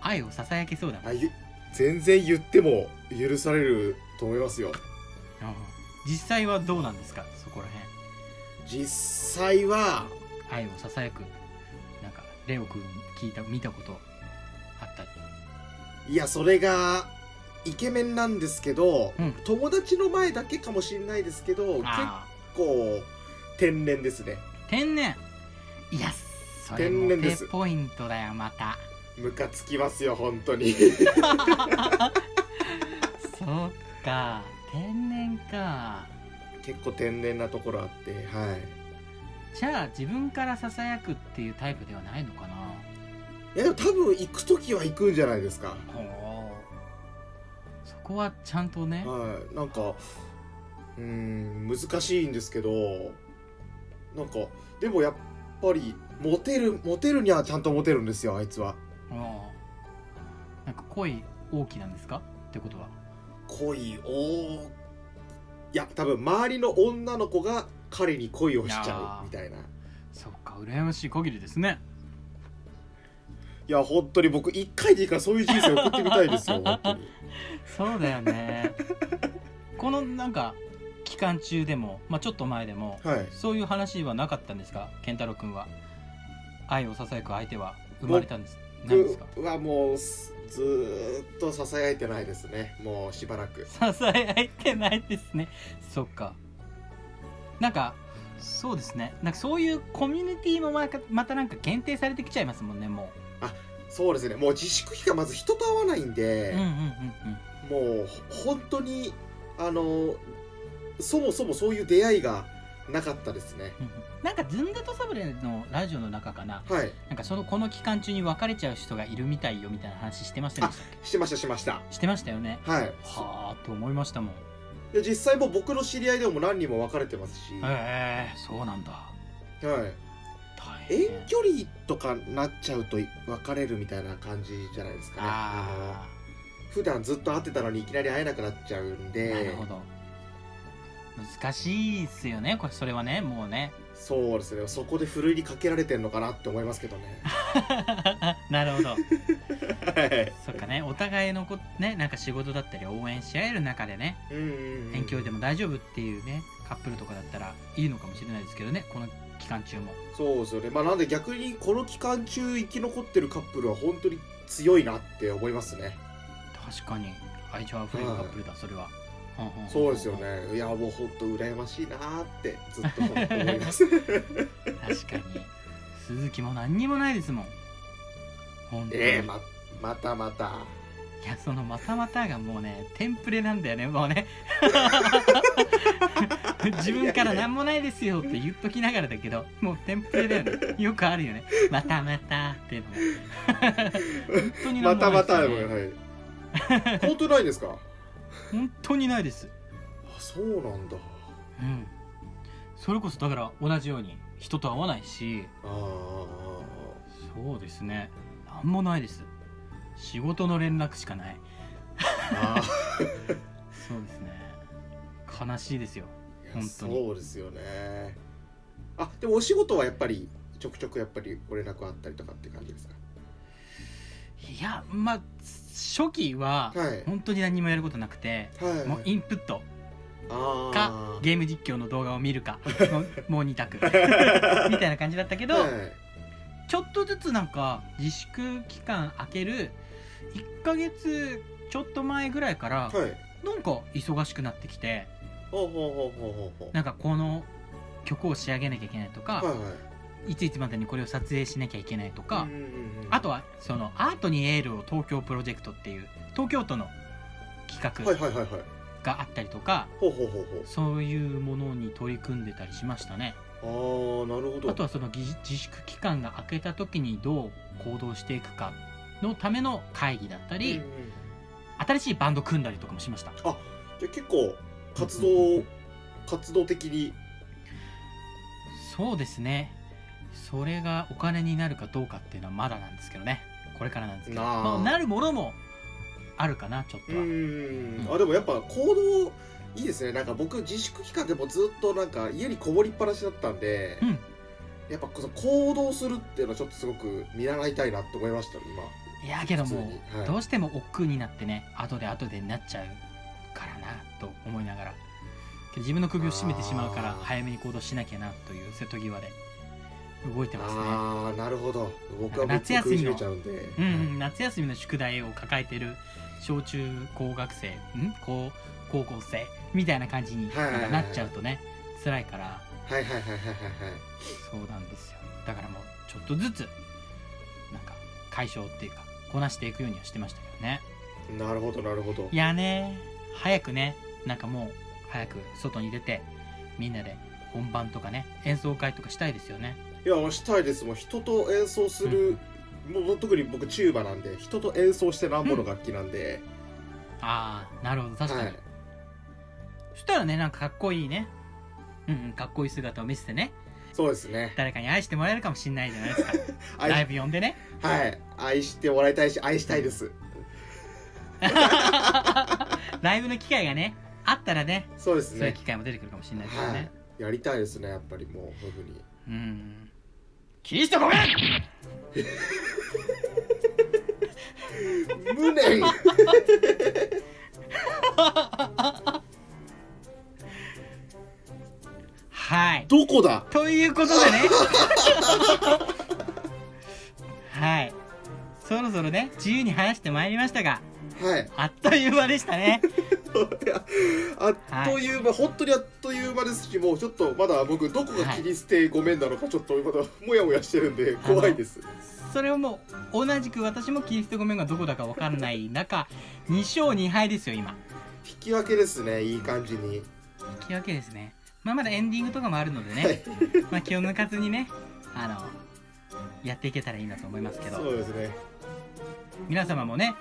[SPEAKER 1] 愛をささやけそうだもん
[SPEAKER 2] あゆ全然言っても許されると思いますよ
[SPEAKER 1] うん実際はどうなんですかそこら辺
[SPEAKER 2] 実際は
[SPEAKER 1] 愛をささやくなんかレオくん聞いた見たことあったり
[SPEAKER 2] いやそれがイケメンなんですけど、
[SPEAKER 1] うん
[SPEAKER 2] 友達の前だけかもしれないですけど結
[SPEAKER 1] ああ
[SPEAKER 2] 構天然ですね
[SPEAKER 1] 天然いやそれも
[SPEAKER 2] 天然で
[SPEAKER 1] ペ
[SPEAKER 2] す
[SPEAKER 1] ポイントだよまた
[SPEAKER 2] ムカつきますよ本当 に
[SPEAKER 1] そうか天然か
[SPEAKER 2] 結構天然なところあってはい
[SPEAKER 1] じゃあ自分からささやくっていうタイプではないのかない
[SPEAKER 2] やでも多分行く時は行くんじゃないですか
[SPEAKER 1] ほうそこはちゃんとね
[SPEAKER 2] はいなんかうーん難しいんですけどなんかでもやっぱりモテるモテるにはちゃんとモテるんですよあいつは
[SPEAKER 1] もうなんか恋大きなんですかってことは
[SPEAKER 2] 恋をいや多分周りの女の子が彼に恋をしちゃうみたいない
[SPEAKER 1] そっか羨ましい限りですね
[SPEAKER 2] や本当に僕一回でいいからそういう人生送ってみたいです よ本当に
[SPEAKER 1] そうだよね このなんか期間中でも、まあ、ちょっと前でも
[SPEAKER 2] はい
[SPEAKER 1] そういう話はなかったんですか健太郎君は愛をささやく相手は生まれたんですないですか
[SPEAKER 2] 僕はもうすずーっと支えてないですねもうしばらく
[SPEAKER 1] ささやいてないですねそっかなんかそうですねなんかそういうコミュニティもまたまたなんか限定されてきちゃいますもんねも
[SPEAKER 2] そうですねもう自粛期間まず人と会わないん
[SPEAKER 1] う、
[SPEAKER 2] で
[SPEAKER 1] うん、うんうん
[SPEAKER 2] もうほ本当にあのそもそもそういう出会いがなかったですね
[SPEAKER 1] なんかずんだとサブレのラジオの中かな
[SPEAKER 2] はい
[SPEAKER 1] なんかそのこの期間中に別れちゃう人がいるみたいよみたいな話してませんでしたっ
[SPEAKER 2] してましたしてました
[SPEAKER 1] けしてましたよね
[SPEAKER 2] はい
[SPEAKER 1] はあと思いましたもん
[SPEAKER 2] で実際もう僕の知り合いでも何人も別れてますし、は
[SPEAKER 1] ええそうなんだ
[SPEAKER 2] い、
[SPEAKER 1] 大変
[SPEAKER 2] 遠距離とかなっちゃうと別れるみたいな感じじゃないですかね
[SPEAKER 1] あ
[SPEAKER 2] の普段ずっと会ってたのにいきなり会えなくなっちゃうん
[SPEAKER 1] あ
[SPEAKER 2] で
[SPEAKER 1] なるほど難しいっすよねこれそれはねもうね
[SPEAKER 2] そうですねそこでふるいにかけられてんのかなって思いますけ どね
[SPEAKER 1] なるほど
[SPEAKER 2] はい
[SPEAKER 1] そっかねお互いのこねなんか仕事だったり応援し合える中でね
[SPEAKER 2] うんうんうん
[SPEAKER 1] 遠距離でも大丈夫っていうねカップルとかだったらいいのかもしれないですけどねこの期間中も
[SPEAKER 2] そうですよねまあなんで逆にこの期間中生き残ってるカップルは本当に強いなって思いますね
[SPEAKER 1] 確かに愛情あふれるカップルだそれは、うんんんん
[SPEAKER 2] そうですよねいやもう本当羨ましいなーってずっと思いま す
[SPEAKER 1] 確かに鈴木も何にもないですもん本当に、
[SPEAKER 2] ええままたまた
[SPEAKER 1] いやそのまたまたがもうねテンプレなんだよねもう ね自分から何もないですよって言っときながらだけどもうテンプレだよねよくあるよねまたまたっていうのも本当に
[SPEAKER 2] ま
[SPEAKER 1] 何もな
[SPEAKER 2] た
[SPEAKER 1] いでよね
[SPEAKER 2] ますたでもはい本当ない ですか
[SPEAKER 1] 本当にないです
[SPEAKER 2] あそうなんだ
[SPEAKER 1] うんそれこそだから同じように人と会わないし
[SPEAKER 2] ああ
[SPEAKER 1] そうですね何もないです仕事の連絡しかない
[SPEAKER 2] あ
[SPEAKER 1] そうですね悲しいですよ
[SPEAKER 2] ーいや
[SPEAKER 1] 本当に
[SPEAKER 2] そうですよねあでもお仕事はやっぱりちょくちょくやっぱりご連絡あったりとかって感じですか
[SPEAKER 1] いやまあ初期は
[SPEAKER 2] はい
[SPEAKER 1] 本当に何もやることなくて、
[SPEAKER 2] はい
[SPEAKER 1] もうインプット
[SPEAKER 2] あ
[SPEAKER 1] か
[SPEAKER 2] ー
[SPEAKER 1] ゲーム実況の動画を見るか のもう2択みたいな感じだったけど、
[SPEAKER 2] はい
[SPEAKER 1] ちょっとずつなんか自粛期間明ける1ヶ月ちょっと前ぐらいから
[SPEAKER 2] はい
[SPEAKER 1] なんか忙しくなってきて
[SPEAKER 2] ほうほうほうほうほうほう
[SPEAKER 1] なんかこの曲を仕上げなきゃいけないとか、
[SPEAKER 2] はいはい
[SPEAKER 1] いついつまでにこれを撮影しなきゃいけないとか、
[SPEAKER 2] うんうんうんうん
[SPEAKER 1] あとはそのアートにエールを東京プロジェクトっていう東京都の
[SPEAKER 2] はい
[SPEAKER 1] 企
[SPEAKER 2] はいはいはい
[SPEAKER 1] 画があったりとか、
[SPEAKER 2] ほうほうほうほう
[SPEAKER 1] そういうものに取り組んでたりしましたね
[SPEAKER 2] あーなるほど
[SPEAKER 1] あとはそのぎ自粛期間が明けた時にどう行動していくかのための会議だったり、
[SPEAKER 2] うんうん
[SPEAKER 1] 新しいバンド組んだりとかもしました
[SPEAKER 2] じゃあ結構活動活動的に
[SPEAKER 1] そうですねそれがお金になるかどうかっていうのはまだなんですけどねこれからなんですけど
[SPEAKER 2] なあ
[SPEAKER 1] まあなるものもあるかなちょっと
[SPEAKER 2] う
[SPEAKER 1] は、
[SPEAKER 2] ん
[SPEAKER 1] うん
[SPEAKER 2] あでもやっぱ行動いいですねなんか僕自粛期間でもずっとなんか家にこもりっぱなしだったんで、
[SPEAKER 1] うん
[SPEAKER 2] やっぱこそ行動するっていうのはちょっとすごく見習いたいなって思いましたね
[SPEAKER 1] いやけど
[SPEAKER 2] 普通
[SPEAKER 1] も
[SPEAKER 2] にはいう
[SPEAKER 1] どうしても億劫になってね後で後でになっちゃうからなと思いながらけど自分の首を絞めてしまうから
[SPEAKER 2] あー
[SPEAKER 1] 早めに行動しなきゃなという瀬戸際で動いて
[SPEAKER 2] 今
[SPEAKER 1] ますね
[SPEAKER 2] ああなるほど僕は
[SPEAKER 1] なんか夏休みの
[SPEAKER 2] 僕食いしめちゃうんで、
[SPEAKER 1] うんうん、夏休みの宿題を抱えてる小中高学生ん高高校生みたいな感じに
[SPEAKER 2] はいはいはいはい
[SPEAKER 1] なっちゃうとね辛いから
[SPEAKER 2] はいはいはいはいはい
[SPEAKER 1] そうなんですよだからもうちょっとずつなんか解消っていうかこなしていくようにはしてましたけどね
[SPEAKER 2] はいなるほどなるほど
[SPEAKER 1] いやね早くねなんかもう早く外に出てみんなで本番とかね演奏会とかしたいですよね
[SPEAKER 2] いやもうしたいですもう人と演奏する、もう特に僕チューバなんで人と演奏してなんぼの楽器なんで、
[SPEAKER 1] ああなるほど確かに、
[SPEAKER 2] はい
[SPEAKER 1] そしたらねなんかかっこいいねうんうんかっこいい姿を見せてね
[SPEAKER 2] そうですね
[SPEAKER 1] 誰かに愛してもらえるかもしんないじゃない ですか
[SPEAKER 2] 愛
[SPEAKER 1] ライ
[SPEAKER 2] し
[SPEAKER 1] ブ呼んでね
[SPEAKER 2] はい愛してもらいたいし愛したいです
[SPEAKER 1] ライブの機会がねあったらね
[SPEAKER 2] そうです
[SPEAKER 1] そういう
[SPEAKER 2] ね
[SPEAKER 1] 機会も出てくるかもしんないですよ
[SPEAKER 2] は
[SPEAKER 1] ね
[SPEAKER 2] い、やりたいですねやっぱりもうそういうふうに
[SPEAKER 1] うんキリストごめん
[SPEAKER 2] 無念
[SPEAKER 1] はい
[SPEAKER 2] どこだ
[SPEAKER 1] ということでねはいそろそろね自由に話してまいりましたが
[SPEAKER 2] はい
[SPEAKER 1] あっという間でしたね
[SPEAKER 2] あっという間、本当にあっという間ですしもうちょっとまだ僕どこが切り捨てごめんなのかちょっとまだモヤモヤしてるんで
[SPEAKER 1] の
[SPEAKER 2] 怖いです
[SPEAKER 1] それをもう同じく私もキリストごめんがどこだか分かんない中2勝2敗ですよ今
[SPEAKER 2] 引き分けですねいい感じに
[SPEAKER 1] 引き分けですねまあ、まだエンディングとかもあるのでね、
[SPEAKER 2] はい
[SPEAKER 1] まあ気を抜かずにねあのやっていけたらいいなと思いますけ
[SPEAKER 2] そ
[SPEAKER 1] ど
[SPEAKER 2] うですね
[SPEAKER 1] 皆様もね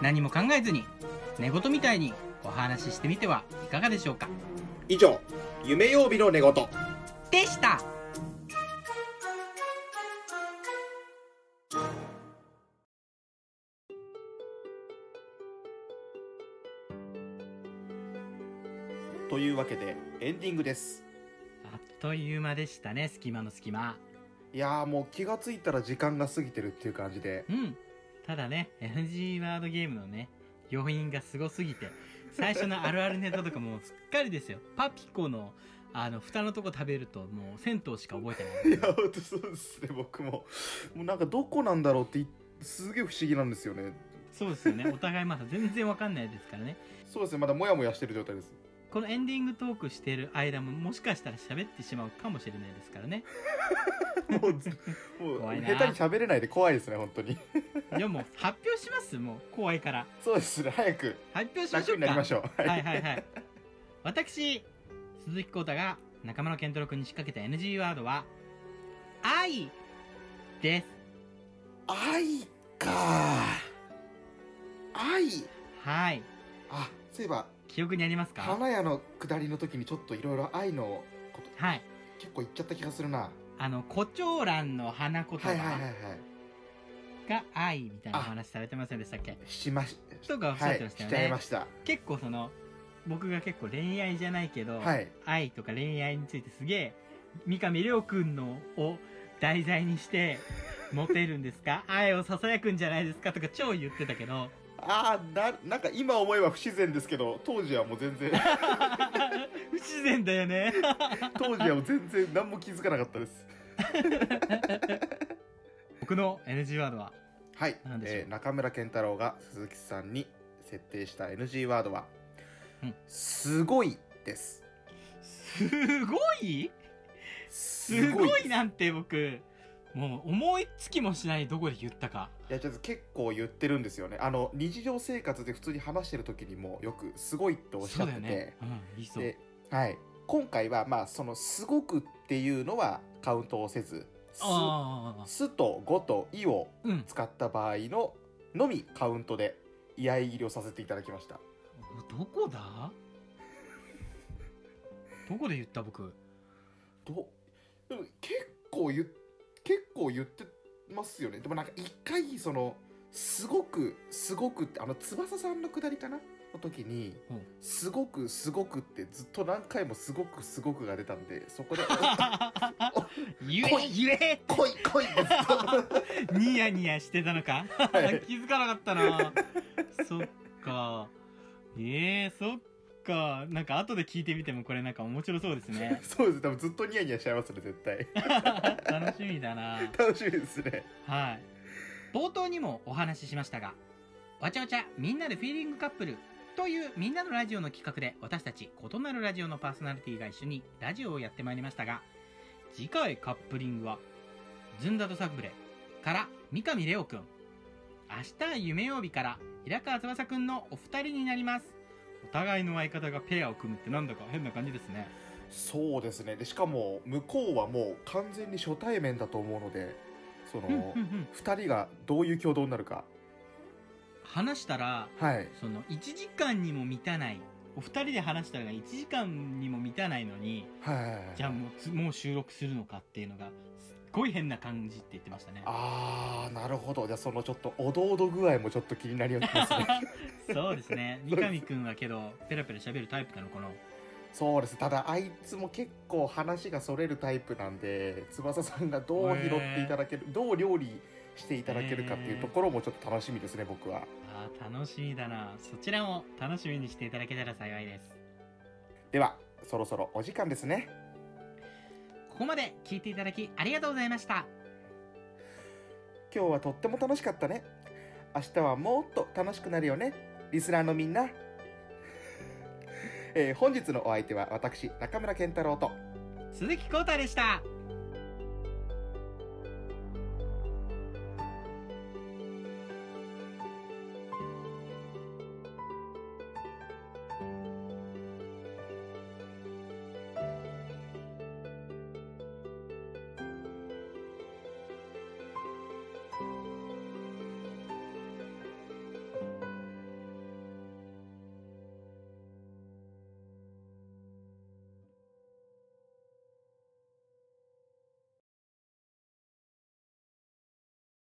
[SPEAKER 1] 何も考えずに寝言みたいにお話ししてみてはいかがでしょうか
[SPEAKER 2] 以上夢曜日の寝言
[SPEAKER 1] でした
[SPEAKER 2] というわけでエンディングです
[SPEAKER 1] あっという間でしたね隙間の隙間
[SPEAKER 2] いやーもう気がついたら時間が過ぎてるっていう感じで
[SPEAKER 1] うんただね NG ワードゲームのね要因がすごすぎて最初のあるあるネタとかもうすっかりですよ パピコのあの蓋のとこ食べるともう銭湯しか覚えて
[SPEAKER 2] い
[SPEAKER 1] ない
[SPEAKER 2] や本当そうですね僕ももうなんかどこなんだろうっていすげえ不思議なんですよね
[SPEAKER 1] そうですよ ねお互いまだ全然わかんないですからね
[SPEAKER 2] そうですねまだモヤモヤしてる状態です
[SPEAKER 1] このエンディングトークしている間ももしかしたら喋ってしまうかもしれないですからね
[SPEAKER 2] もうずもう
[SPEAKER 1] 怖いな
[SPEAKER 2] 下手に喋れないで怖いですね本当に
[SPEAKER 1] いやもう発表しますもう怖いから
[SPEAKER 2] そうですね早く
[SPEAKER 1] 発表しまし
[SPEAKER 2] 楽
[SPEAKER 1] ょう
[SPEAKER 2] になり
[SPEAKER 1] か
[SPEAKER 2] ましょう
[SPEAKER 1] はいはいはい私鈴木浩太が中村健太郎君に仕掛けた NG ワードは「愛」です
[SPEAKER 2] 愛か愛
[SPEAKER 1] はい
[SPEAKER 2] あそういえば
[SPEAKER 1] 記憶にありますか
[SPEAKER 2] 花屋の下りの時にちょっといろいろ愛のこと
[SPEAKER 1] はい
[SPEAKER 2] 結構言っちゃった気がするな
[SPEAKER 1] あの胡蝶蘭の花言
[SPEAKER 2] はいはいはいは
[SPEAKER 1] 葉が「愛」みたいなお話されてませんでしたっけ
[SPEAKER 2] いしまし
[SPEAKER 1] とかおっしゃってましたよね
[SPEAKER 2] はい、しちゃいました
[SPEAKER 1] 結構その僕が結構恋愛じゃないけど、
[SPEAKER 2] はい
[SPEAKER 1] 愛とか恋愛についてすげえ三上涼君のを題材にして「モテるんです か愛をささやくんじゃないですか?」とか超言ってたけど
[SPEAKER 2] ああななんか今思えば不自然ですけど当時はもう全 然
[SPEAKER 1] 不自然だよ ね
[SPEAKER 2] 当時はもう全然何も気づかなかったです
[SPEAKER 1] 僕の NG ワードは
[SPEAKER 2] はい
[SPEAKER 1] なん、でしょう
[SPEAKER 2] えー中村健太郎が鈴木さんに設定した NG ワードは
[SPEAKER 1] うん
[SPEAKER 2] 「すごい」です
[SPEAKER 1] すごい
[SPEAKER 2] す
[SPEAKER 1] すごいなんて僕もう思いつきもしないどこで言ったか
[SPEAKER 2] いやちょっと結構言ってるんですよねあの日常生活で普通に話してる時にもよく「すごい」っておっし
[SPEAKER 1] そ
[SPEAKER 2] ゃ
[SPEAKER 1] う
[SPEAKER 2] っ
[SPEAKER 1] だ
[SPEAKER 2] て
[SPEAKER 1] よ
[SPEAKER 2] て、
[SPEAKER 1] ね、うん、理想
[SPEAKER 2] で、はい、今回はまあその「すごく」っていうのはカウントをせず「す」
[SPEAKER 1] ああ
[SPEAKER 2] すと「ご」と「い」を
[SPEAKER 1] うん
[SPEAKER 2] 使った場合ののみカウントで居合入りをさせていただきました
[SPEAKER 1] どこ だどこで言った 僕
[SPEAKER 2] どでも結構言っ結構言ってますよねでもなんか一回そのすごくすごくってあの翼さんのくだりかなの時に、
[SPEAKER 1] うん
[SPEAKER 2] すごくすごくってずっと何回もすごくすごくが出たんでそこで
[SPEAKER 1] 言
[SPEAKER 2] 来
[SPEAKER 1] え
[SPEAKER 2] い
[SPEAKER 1] 言え
[SPEAKER 2] 来い来いってずっと
[SPEAKER 1] ニヤニヤしてたのか
[SPEAKER 2] はい
[SPEAKER 1] 気づかなかったなそっかええそっかなんか後で聞いてみてもこれなんか面白そうです ね
[SPEAKER 2] そうです多分ずっとニヤニヤしちゃいますね絶対
[SPEAKER 1] 楽しみだな
[SPEAKER 2] 楽しみですね
[SPEAKER 1] はい冒頭にもお話ししましたが「わちゃわちゃみんなでフィーリングカップル」というみんなのラジオの企画で私たち異なるラジオのパーソナリティが一緒にラジオをやってまいりましたが次回カップリングは「ずんだとサブレ」から三上レオくん明日夢曜日から平川翼くんのお二人になりますお互いの相方がペアを組むってなんだか変な感じですね
[SPEAKER 2] そうですねでしかも向こうはもう完全に初対面だと思うのでそ
[SPEAKER 1] うんうん
[SPEAKER 2] の
[SPEAKER 1] うん
[SPEAKER 2] 2人がどういう挙動になるか
[SPEAKER 1] 話したら
[SPEAKER 2] はい
[SPEAKER 1] その1時間にも満たないお二人で話したのが1時間にも満たないのに
[SPEAKER 2] はい
[SPEAKER 1] じゃあもうつもう収録するのかっていうのがすっごい変な感じって言ってましたね
[SPEAKER 2] あーなるほどじゃあそのちょっとおどおど具合もちょっと気になりますね
[SPEAKER 1] そうですね三上くんはけどペラペラ喋るタイプなのかな
[SPEAKER 2] そうですただあいつも結構話がそれるタイプなんで翼さんがどう拾っていただける、どう料理していただけるかっていうところもちょっと楽しみですね僕は
[SPEAKER 1] あー楽しみだなそちらも楽しみにしていただけたら幸いです
[SPEAKER 2] ではそろそろお時間ですね
[SPEAKER 1] ここまで聞いていただきありがとうございました
[SPEAKER 2] 今日はとっても楽しかったね明日はもっと楽しくなるよねリスナーのみんな、えー本日のお相手は私中村健太郎と
[SPEAKER 1] 鈴木浩太でした